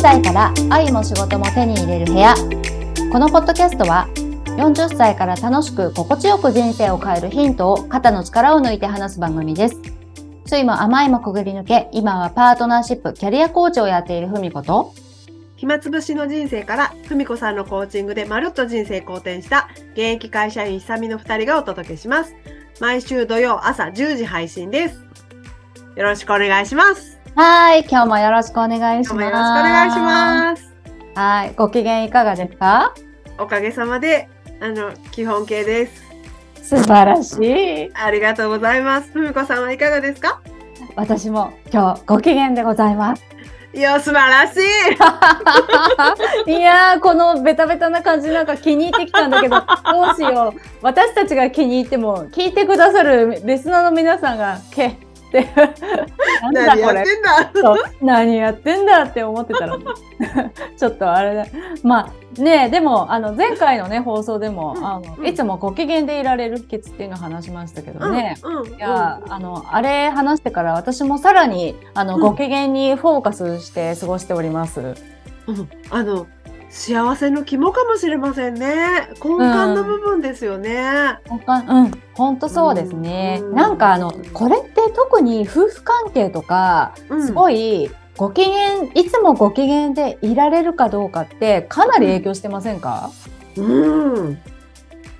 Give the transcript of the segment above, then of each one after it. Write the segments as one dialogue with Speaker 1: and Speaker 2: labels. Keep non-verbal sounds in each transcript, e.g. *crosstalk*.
Speaker 1: 歳から愛も仕事も手に入れる部屋このポッドキャストは40歳から楽しく心地よく人生を変えるヒントを肩の力を抜いて話す番組ですついも甘いもくぐり抜け今はパートナーシップキャリアコーチをやっているふみこと
Speaker 2: 暇つぶしの人生から、ふみこさんのコーチングでまるっと人生好転した、現役会社員久美の二人がお届けします。毎週土曜朝10時配信です。よろしくお願いします。
Speaker 1: はい今日もよろしくお願い
Speaker 2: 今
Speaker 1: します
Speaker 2: 日もよろしくお願いします。
Speaker 1: すはいご機嫌いかがですか
Speaker 2: おかげさまで、あの、基本形です。
Speaker 1: 素晴らしい
Speaker 2: ありがとうございます。ふみこさんはいかがですか
Speaker 1: 私も今日ご機嫌でございます
Speaker 2: いや、素晴らしい
Speaker 1: *laughs* いやーこのベタベタな感じなんか気に入ってきたんだけどどうしよう私たちが気に入っても聞いてくださるリスナーの皆さんが「け」ってなん
Speaker 2: 何
Speaker 1: だ
Speaker 2: や
Speaker 1: こ
Speaker 2: っ
Speaker 1: れ
Speaker 2: てんだ
Speaker 1: そう何やってんだって思ってたら *laughs* ちょっとあれだまあねでもあの前回のね放送でも
Speaker 2: うん
Speaker 1: あ
Speaker 2: うん
Speaker 1: のいつもご機嫌でいられる秘訣っていうのを話しましたけどね。
Speaker 2: うん、うん、
Speaker 1: いやーあのあれ話してから私もさらにあの、
Speaker 2: うん
Speaker 1: ご機嫌にフォーカスして過ごしております。
Speaker 2: うんあの幸せの肝かもしれませんね根幹の部分ですよね、
Speaker 1: ほんかうん、本当そうですね。
Speaker 2: うん
Speaker 1: なんかあのこれって特に夫婦関係とか
Speaker 2: うん
Speaker 1: すごいご機嫌いつもご機嫌でいられるかどうかってかなり影響してませんか？
Speaker 2: うん。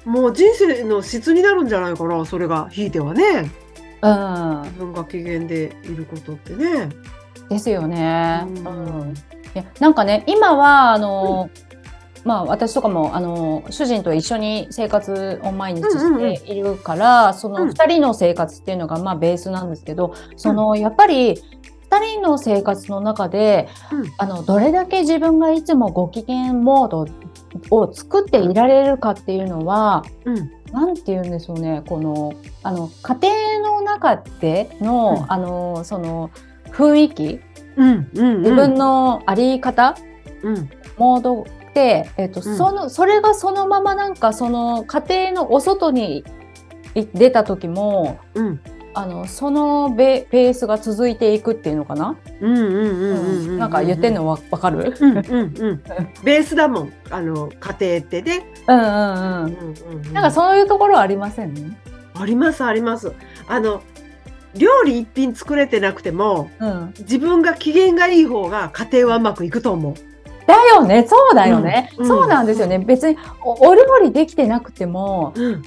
Speaker 2: もう人生の質になるんじゃないかな、それが、ひいてはね。
Speaker 1: うん、
Speaker 2: 自分が機嫌でいることってね。
Speaker 1: ですよね。
Speaker 2: う
Speaker 1: うんん、いやなんかね今はあの、まあ私とかもあの主人と一緒に生活を毎日しているから、そうの
Speaker 2: ん
Speaker 1: 二人の生活っていうのがまあベースなんですけど、そのやっぱり二人の生活の中で、
Speaker 2: うん
Speaker 1: あのどれだけ自分がいつもご機嫌モードを作っていられるかっていうのは、
Speaker 2: うん。
Speaker 1: なんて言うんでしょうね、この、あの、家庭の中での、
Speaker 2: うん
Speaker 1: あの、その、雰囲気、
Speaker 2: うん。うん。
Speaker 1: 自分のあり方、
Speaker 2: うん。
Speaker 1: モードって、えっと、
Speaker 2: うん
Speaker 1: その、それがそのままなんか、その、家庭のお外にい出た時も、
Speaker 2: うん。
Speaker 1: あの、そのベベースが続いていくっていうのかな、
Speaker 2: うん。うん。う。
Speaker 1: うん
Speaker 2: うん。
Speaker 1: なんか言ってん。のわわかる
Speaker 2: うん。うん。うん。ベースだもん。あの、家庭ってね。
Speaker 1: うんうんうん。
Speaker 2: うん。うん。
Speaker 1: なんかそういうところはありませんね。
Speaker 2: あります。あります。あの。料理一品作れてなくても。
Speaker 1: うん。
Speaker 2: 自分が機嫌がいい方が家庭はうまくいくと思う。
Speaker 1: だよね、そうだよね。
Speaker 2: うん
Speaker 1: そうなんですよね。別におお料理できてなくても、
Speaker 2: うん。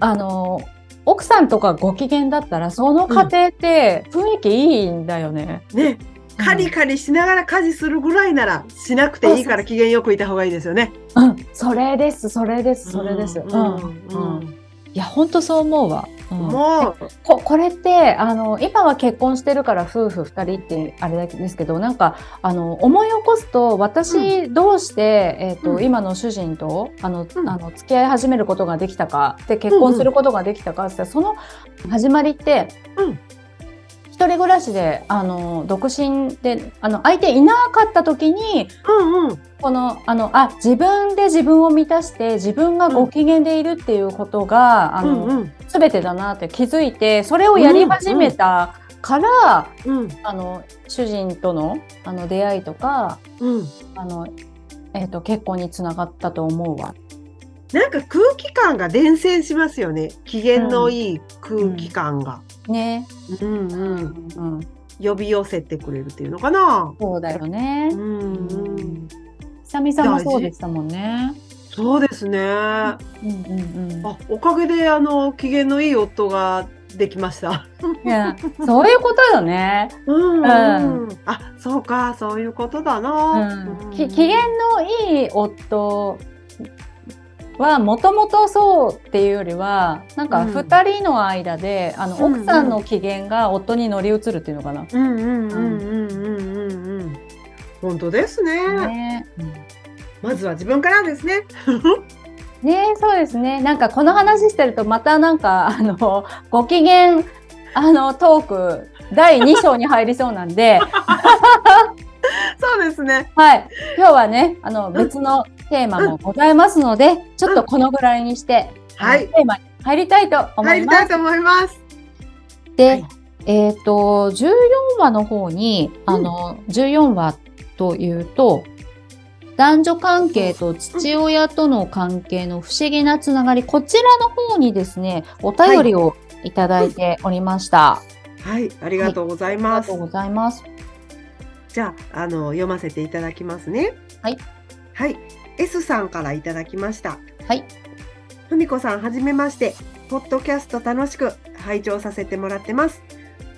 Speaker 1: あの、奥さんとかご機嫌だったら、その家庭って雰囲気いいんだよね。
Speaker 2: ね。カリカリしながら家事するぐらいならしなくていいから機嫌よくいた方がいいですよね。
Speaker 1: うん、それです、それです、それです。
Speaker 2: うん
Speaker 1: うん。
Speaker 2: うん
Speaker 1: うんいや、本当そう思うわ。うん
Speaker 2: もう、
Speaker 1: ここれってあの今は結婚してるから夫婦2人ってあれですけどなんかあの思い起こすと私、どうして、えーと
Speaker 2: うん
Speaker 1: 今の主人とあの、
Speaker 2: うん
Speaker 1: あの付き合い始めることができたかで結婚することができたかって、その始まりって、
Speaker 2: うん
Speaker 1: 一人暮らしであの独身であの相手いなかった時に
Speaker 2: うんうん、
Speaker 1: このあのあ自分で自分を満たして自分がご機嫌でいるっていうことが、あ
Speaker 2: う
Speaker 1: の
Speaker 2: んうん、
Speaker 1: 全てだなって気づいてそれをやり始めたから、
Speaker 2: うん
Speaker 1: あの主人とのあの出会いとか
Speaker 2: うん。
Speaker 1: あの、えー、と結婚につながったと思うわ。
Speaker 2: なんか空気感が伝染しますよね。機嫌のいい空気感が。
Speaker 1: ね、
Speaker 2: うんうん。
Speaker 1: うん、
Speaker 2: 呼び寄せてくれるっていうのかな。
Speaker 1: そうだよね
Speaker 2: う。ん
Speaker 1: う
Speaker 2: うん
Speaker 1: ん。久美さんもそうでしたもんね。
Speaker 2: そうですね。あ、
Speaker 1: うんうんうん、
Speaker 2: おかげであの機嫌のいい夫ができました。
Speaker 1: いやそういうことよね、
Speaker 2: うん、うんん。あ、そうか、そういうことだな。
Speaker 1: うんき機嫌のいい夫はもともとそうっていうよりはなんか
Speaker 2: うん
Speaker 1: 2人の間で、あの
Speaker 2: うんうん
Speaker 1: 奥さんの機嫌が夫に乗り移るっていうのかな。
Speaker 2: うんうんうんうんうんうんうん。本当ですね。
Speaker 1: ね
Speaker 2: まずは自分からですね。
Speaker 1: ねそうですね。なんかこの話してるとまたなんかあのご機嫌あのトーク第2章に入りそうなん
Speaker 2: *laughs*
Speaker 1: で、
Speaker 2: そうですね。
Speaker 1: はい、今日はねあの別のテーマもございますので、ちょっとこのぐらいにして、
Speaker 2: はい
Speaker 1: テ。ーマに入りたいと思
Speaker 2: 入
Speaker 1: い
Speaker 2: り
Speaker 1: ま
Speaker 2: た
Speaker 1: す
Speaker 2: い。と思います。
Speaker 1: で、
Speaker 2: はい
Speaker 1: えっ、と14話の方にあの、14話というと、男女関係と父親との関係の不思議なつながり、こちらの方にですね、お便りをいただいておりました。
Speaker 2: はい、ありがとうござい
Speaker 1: ありが
Speaker 2: ます。
Speaker 1: とうございます。
Speaker 2: じゃあ、あの読ませていただきますね。
Speaker 1: はい。
Speaker 2: はい。S さんからいただきました。
Speaker 1: はい。
Speaker 2: ふみこさん、はじめまして。ポッドキャスト楽しく拝聴させてもらってます。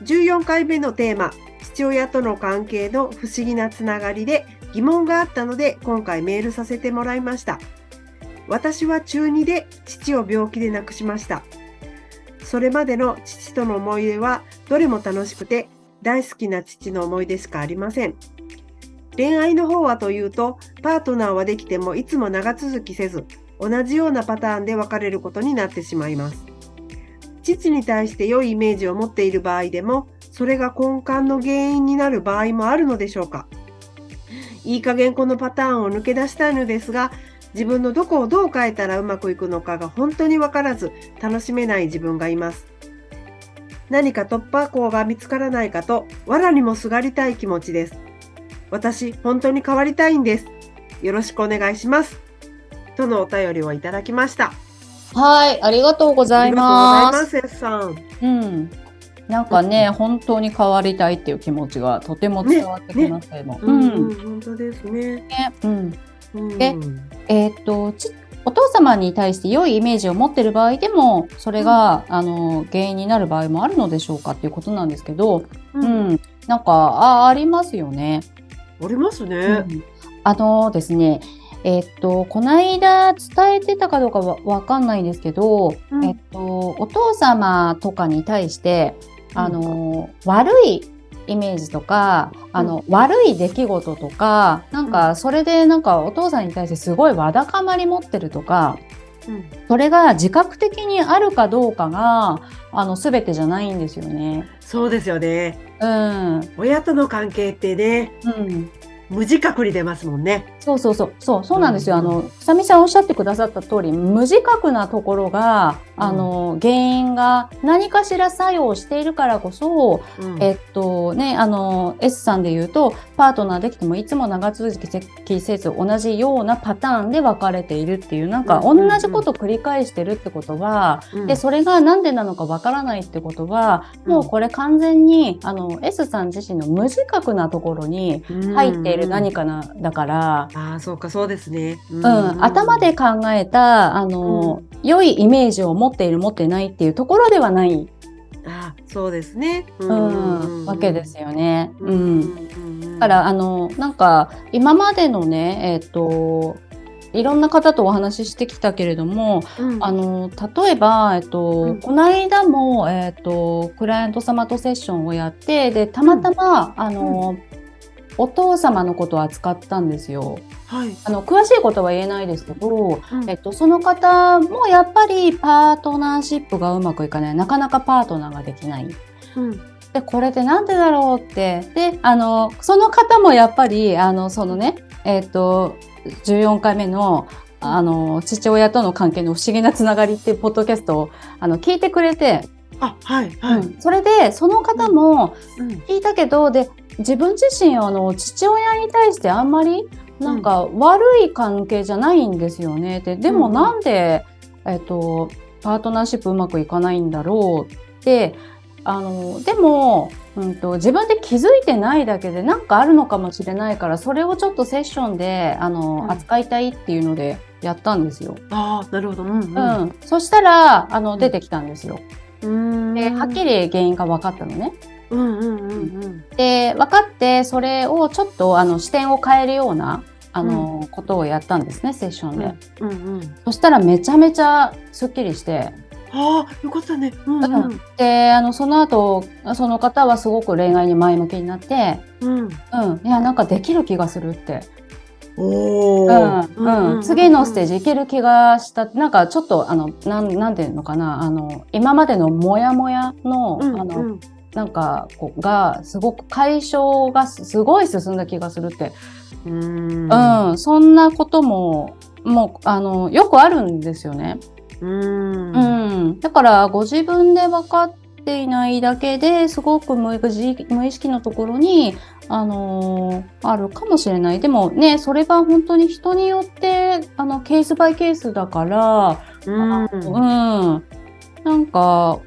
Speaker 2: 14回目のテーマ、父親との関係の不思議なつながりで疑問があったので、今回メールさせてもらいました。私は中2で父を病気で亡くしました。それまでの父との思い出はどれも楽しくて大好きな父の思い出しかありません。恋愛の方はというと、パートナーはできてもいつも長続きせず、同じようなパターンで別れることになってしまいます。父に対して良いイメージを持っている場合でも、それが根幹の原因になる場合もあるのでしょうか。いい加減このパターンを抜け出したいのですが、自分のどこをどう変えたらうまくいくのかが本当にわからず、楽しめない自分がいます。何か突破口が見つからないかと、藁にもすがりたい気持ちです。私、本当に変わりたいんです。よろしくお願いします。とのお便りをいただきました。
Speaker 1: はい、ありがとうございま
Speaker 2: ありがとうご
Speaker 1: す。
Speaker 2: ざいます、S
Speaker 1: う
Speaker 2: さん。
Speaker 1: ん。なんかね、本当に変わりたいっていう気持ちがとても伝わってきますけども。
Speaker 2: うん、
Speaker 1: うん。
Speaker 2: 本当ですね。
Speaker 1: ねうん
Speaker 2: うん、
Speaker 1: ええーっとちお父様に対して良いイメージを持っている場合でもそれが、あの原因になる場合もあるのでしょうかっていうことなんですけど、う
Speaker 2: う、
Speaker 1: んん、なんかあありますよね。
Speaker 2: ありますね。
Speaker 1: うんあのですねえーっとこの間伝えてたかどうかはわかんないんですけど、
Speaker 2: うん
Speaker 1: えーっとお父様とかに対してあの、悪いイメージとかあの、悪い出来事とかなんかそれでなんかお父さんに対してすごいわだかまり持ってるとか
Speaker 2: うん、
Speaker 1: それが自覚的にあるかどうかがあの全てじゃないんですよね。
Speaker 2: そうですよね。
Speaker 1: うん、う
Speaker 2: 親との関係ってね、
Speaker 1: ん、
Speaker 2: 無自覚に出ますもんね。
Speaker 1: そうそうそうそうそうなんですよ。
Speaker 2: うん
Speaker 1: あのふさみさんおっしゃってくださった通り無自覚なところがあの原因が何かしら作用しているからこそ
Speaker 2: うん、
Speaker 1: えっとね、あの S さんで言うとパートナーできてもいつも長続きせず同じようなパターンで別れているっていうなんか
Speaker 2: うん
Speaker 1: 同
Speaker 2: うんうん
Speaker 1: じことを繰り返してるってことは、
Speaker 2: うん
Speaker 1: でそれが何でなのかわからないってことは、もうこれ完全にあの S さん自身の無自覚なところに入っている何
Speaker 2: か。
Speaker 1: かな、だから、
Speaker 2: ああ、そうか、そうですね。う
Speaker 1: うん、頭で考えたあの、良いイメージを持っている持ってないっていうところではない、
Speaker 2: あーそうですね。う
Speaker 1: うん、わけですよね。うん
Speaker 2: うん
Speaker 1: だからあのなんか今までのねえっ、といろんな方とお話ししてきたけれども、
Speaker 2: うん
Speaker 1: あの例えば、えっと
Speaker 2: うん
Speaker 1: この間も、えっとクライアント様とセッションをやってでたまたま、あの、お父様のことを扱ったんですよ
Speaker 2: はい。
Speaker 1: あの詳しいことは言えないですけど、
Speaker 2: うん
Speaker 1: えっと、その方もやっぱりパートナーシップがうまくいかないなかなかパートナーができない
Speaker 2: うん
Speaker 1: でこれってなんでだろうってであのその方もやっぱりあのそのねえっ、と14回目のあの父親との関係の不思議なつながりっていうポッドキャストをあの聞いてくれて、
Speaker 2: あ、はい、はい。
Speaker 1: うんそれでその方も
Speaker 2: うん
Speaker 1: 聞いたけどで自分自身あの父親に対してあんまりなんか悪い関係じゃないんですよねってでも
Speaker 2: うん
Speaker 1: なんで、えっとパートナーシップうまくいかないんだろうってあのでも、うん、と自分で気づいてないだけで何かあるのかもしれないからそれをちょっとセッションであの、
Speaker 2: うん
Speaker 1: 扱いたいっていうのでやったんですよ。
Speaker 2: ああ、なるほど。うん、
Speaker 1: うんそしたらあの出てきたんですよ。
Speaker 2: うん。
Speaker 1: ではっきり原因が分かったのね。
Speaker 2: うんうんうんうん。
Speaker 1: で分かってそれをちょっとあの視点を変えるようなあの、ことをやったんですねセッションで、
Speaker 2: うんうん。
Speaker 1: そしたらめちゃめちゃすっきりして
Speaker 2: ああ、よかったね。うんうん。
Speaker 1: であのその後その方はすごく恋愛に前向きになって、
Speaker 2: うん。
Speaker 1: うん、いやなんかできる気がするって、
Speaker 2: お
Speaker 1: うん
Speaker 2: お。
Speaker 1: うん、次のステージいける気がしたなんかちょっとあのなんなんていうのかなあの今までのモヤモヤの,、
Speaker 2: うん
Speaker 1: あの
Speaker 2: うん。
Speaker 1: なんかこうがすごく解消がすすごい進んだ気がするって
Speaker 2: うん。
Speaker 1: うん、そんなことも、もう、あの、よくあるんですよね。
Speaker 2: うん。
Speaker 1: うん。だから、ご自分で分かっっていないだけですごく無意識無意識のところに、あのーあるかもしれないでもねそれは本当に人によってあのケースバイケースだから、
Speaker 2: うん
Speaker 1: うんなんか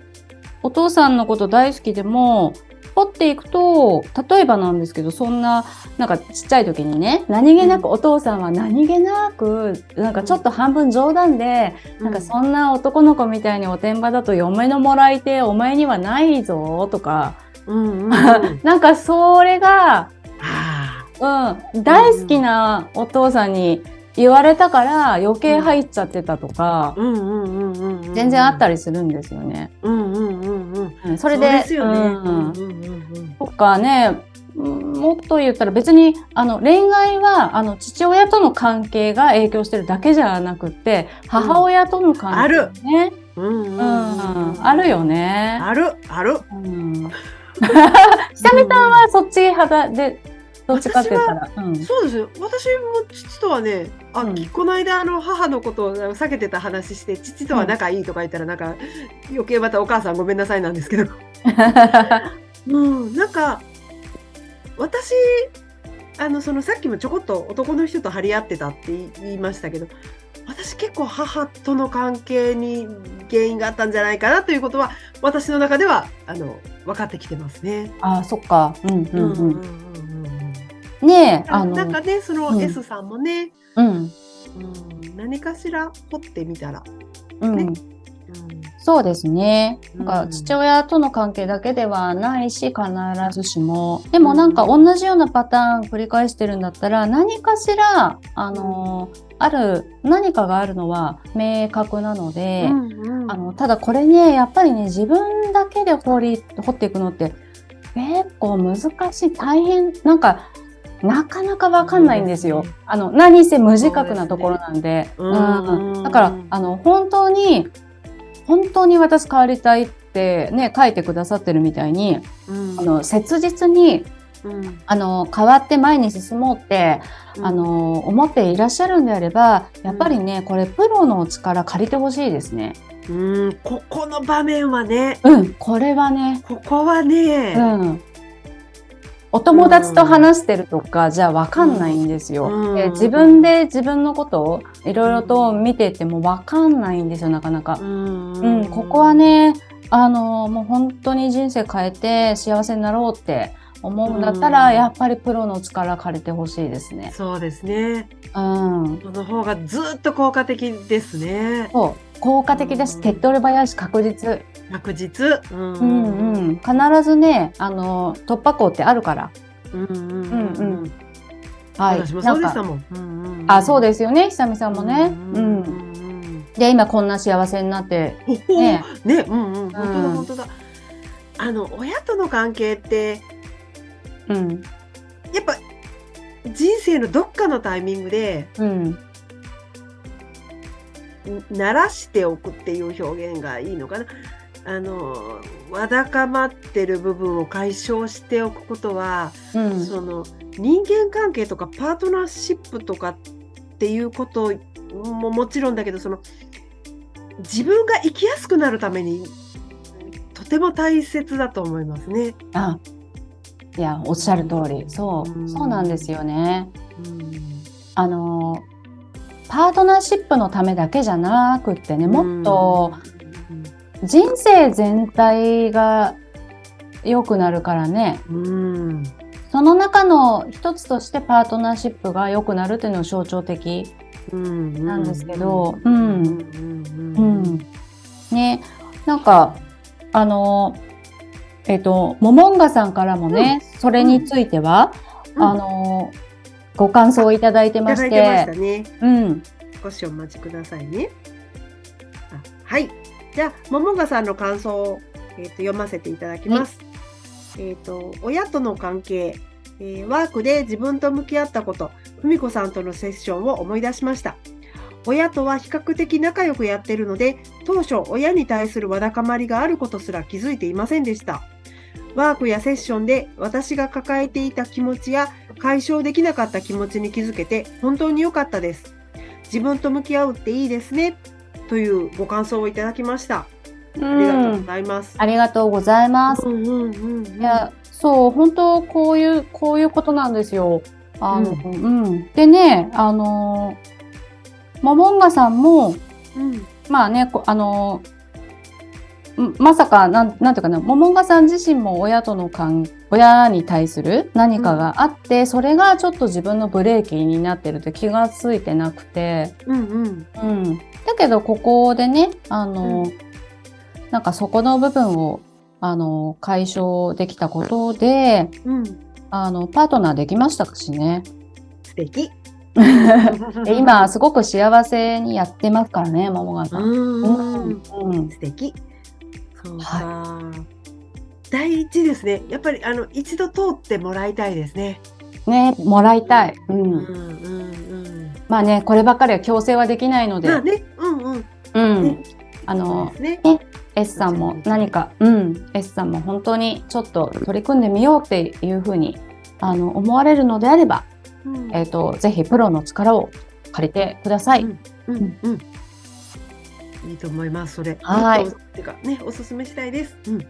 Speaker 1: お父さんのこと大好きでも掘っていくと例えばなんですけどそんななんかちっちゃい時にね何気なくお父さんは何気なくなんかちょっと半分冗談でなんかそんな男の子みたいにおてんばだと嫁のもらいてお前にはないぞとか
Speaker 2: うんうんうんは
Speaker 1: なんかそれが、
Speaker 2: あ
Speaker 1: うん、大好きなお父さんに言われたから余計入っちゃってたとか、
Speaker 2: うんうんうんうんうん
Speaker 1: 全然あったりするんですよね。
Speaker 2: うんうんうんうん
Speaker 1: うんそ
Speaker 2: そ
Speaker 1: れ
Speaker 2: れ
Speaker 1: で
Speaker 2: ですよね
Speaker 1: うん
Speaker 2: うんうんうんうん
Speaker 1: とかねうんもっと言ったら別にあの恋愛はあの父親との関係が影響してるだけじゃなくって母親との関係、ね
Speaker 2: うんうんう
Speaker 1: うん
Speaker 2: んうん
Speaker 1: あるよね。
Speaker 2: あるある
Speaker 1: うん久美さんはそっち派でどっちかって言ったら、うん、
Speaker 2: そうですよ私も父とはねあ、
Speaker 1: うん
Speaker 2: この間あの母のことを避けてた話して父とは仲いいとか言ったらなんか余計またお母さんごめんなさいなんですけどうんなんか私あのそのさっきもちょこっと男の人と張り合ってたって言い言いましたけど私結構母との関係に原因があったんじゃないかなということは私の中ではあの分かってきてますね。
Speaker 1: *laughs* あそっか、うんうん
Speaker 2: うんうん
Speaker 1: う
Speaker 2: うんうん
Speaker 1: ん、ねえあの
Speaker 2: なんかねそ
Speaker 1: うん
Speaker 2: の S さんもね、
Speaker 1: うん
Speaker 2: うん、何かしら掘ってみたら、
Speaker 1: うん、
Speaker 2: ね
Speaker 1: そうですねなんか
Speaker 2: うん
Speaker 1: 父親との関係だけではないし必ずしもでもなんか同じようなパターン繰り返してるんだったら何かしらあのある何かがあるのは明確なので、
Speaker 2: うん
Speaker 1: あのただこれねやっぱりね自分だけで掘り掘っていくのって結構難しい大変なんかなかなかわかんないんですよ。
Speaker 2: そうです
Speaker 1: あの何せ無自覚なところなんで
Speaker 2: そうですね
Speaker 1: うん
Speaker 2: うん
Speaker 1: だからあの本当に本当に私変わりたいってね書いてくださってるみたいに
Speaker 2: うん
Speaker 1: あの切実に
Speaker 2: うん
Speaker 1: あの変わって前に進もうってあの思っていらっしゃるんであればやっぱりねこれプロの力借りてほしいですね。
Speaker 2: うんここの場面はね
Speaker 1: うん、これはね
Speaker 2: ここはね、
Speaker 1: うん、お友達と話してるとかじゃ分かんないんですよ。
Speaker 2: うん
Speaker 1: で自分で自分のことをいろいろと見てても分かんないんですよなかなか。
Speaker 2: ん
Speaker 1: うん、ここは、ねあのもう本当に人生変えて幸せになろうって思うんだったら、
Speaker 2: うん
Speaker 1: やっぱりプロの力借りてほしいですね。
Speaker 2: そうですね
Speaker 1: うん、
Speaker 2: その方がずっと効果的ですね
Speaker 1: そう効果的だし、
Speaker 2: うん
Speaker 1: 手っ取り早いし確実、
Speaker 2: 確実うん
Speaker 1: うんうん、必ずねあの突破口ってあるから、
Speaker 2: うんうんうん
Speaker 1: う
Speaker 2: うんん
Speaker 1: う
Speaker 2: うんん
Speaker 1: はい、
Speaker 2: 私もそうで
Speaker 1: なんか
Speaker 2: したもんうんうん
Speaker 1: あ、そう
Speaker 2: で
Speaker 1: ですよね、久美さんもね。うん
Speaker 2: うん
Speaker 1: で、今こんな幸せになって。
Speaker 2: ほほ
Speaker 1: ね
Speaker 2: ねね、うんうん、本当だ
Speaker 1: うん
Speaker 2: 本当だ。あの親との関係って
Speaker 1: うん。
Speaker 2: やっぱ人生のどっかのタイミングで
Speaker 1: うん。
Speaker 2: ん慣らしておくっていう表現がいいのかな。あのわだかまってる部分を解消しておくことは、
Speaker 1: うん。
Speaker 2: その人間関係とかパートナーシップとかっていうことももちろんだけどその自分が生きやすくなるためにとても大切だと思いますね。
Speaker 1: あ。いや、おっしゃる通り。そうう。
Speaker 2: ん
Speaker 1: そうなんですよね。
Speaker 2: うん
Speaker 1: あのー。パートナーシップのためだけじゃなくってね、もっと人生全体が。良くなるからね。
Speaker 2: うん、
Speaker 1: その中の一つとしてパートナーシップが良くなるっていうのは象徴的。
Speaker 2: うん、
Speaker 1: なんですけど
Speaker 2: う
Speaker 1: うん
Speaker 2: ん
Speaker 1: う
Speaker 2: うん
Speaker 1: ん、ねなんかあのえっ、とモモンガさんからもね、それについては、
Speaker 2: うん
Speaker 1: あのご感想をいただいて
Speaker 2: い
Speaker 1: ま
Speaker 2: ただ
Speaker 1: し
Speaker 2: いてましてたね。
Speaker 1: うん
Speaker 2: 少しお待ちくださいね。あはい。じゃあ、ももがさんの感想を、えーと読ませていただきます。えっ、と、親との関係、えーワークで自分と向き合ったこと、ふみこさんとのセッションを思い出しました。親とは比較的仲良くやってるので、当初親に対するわだかまりがあることすら気づいていませんでした。ワークやセッションで私が抱えていた気持ちや解消できなかった気持ちに気づけて本当に良かったです。自分と向き合うっていいですねというご感想をいただきました。ありがとうございます。
Speaker 1: ありがとうございます。
Speaker 2: うんうんうんうん
Speaker 1: いや、そう、本当こういう、こういうことなんですよ。あの、
Speaker 2: う
Speaker 1: うん、でね、あのー、モモンガさんも、
Speaker 2: うん
Speaker 1: まあね、こあのー、んまさか、なん、なんていうかな、モモンガさん自身も親との関、親に対する何かがあって、それがちょっと自分のブレーキになってるって気がついてなくて、
Speaker 2: うんうん
Speaker 1: うん、だけどここでねあの、なんかそこの部分をあの解消できたことで
Speaker 2: うん
Speaker 1: あのパートナーできましたしね
Speaker 2: 素
Speaker 1: *laughs*
Speaker 2: 敵。
Speaker 1: で今すごく幸せにやってますからね桃川さん。
Speaker 2: うん
Speaker 1: うんうん
Speaker 2: 素敵そうか、
Speaker 1: は
Speaker 2: 第一ですねやっぱりあの一度通ってもらいたいですね
Speaker 1: ねもらいたい、う
Speaker 2: うんんうんうん
Speaker 1: まあねこればっかりは強制はできないので、
Speaker 2: まあねうんうん
Speaker 1: うん、あ
Speaker 2: そう
Speaker 1: の
Speaker 2: ですね
Speaker 1: S さんも何か、うん、S さんも本当にちょっと取り組んでみようっていうふうにあの思われるのであれば
Speaker 2: うん
Speaker 1: えー、とぜひプロの力を借りてください。
Speaker 2: うんうんいいと思いますそれ
Speaker 1: はい
Speaker 2: もっとてかねおすすめしたいですうん
Speaker 1: は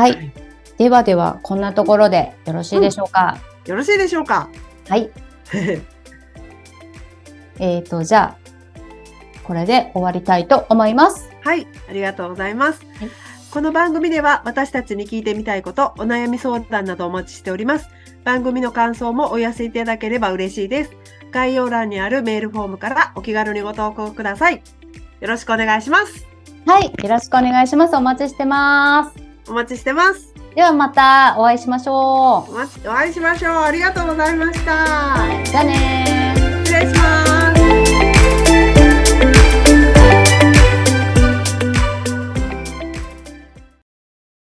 Speaker 2: はい
Speaker 1: い、ではではこんなところでよろしいでしょうか。
Speaker 2: よろしいでしょうか *laughs*
Speaker 1: はい、えー、とじゃあこれで終わりたいと思います。
Speaker 2: はい、ありがとうございます。
Speaker 1: はい
Speaker 2: この番組では私たちに聞いてみたいこと、お悩み相談などお待ちしております。番組の感想もお寄せいただければ嬉しいです。概要欄にあるメールフォームからお気軽にご投稿ください。よろしくお願いします。
Speaker 1: はい、よろしくお願いします。お待ちしてます。
Speaker 2: お待ちしてます。
Speaker 1: ではまたお会いしましょ
Speaker 2: お待ちお会いしましょう。ありがとうございました。
Speaker 1: う。じゃあねー。
Speaker 2: 失礼します。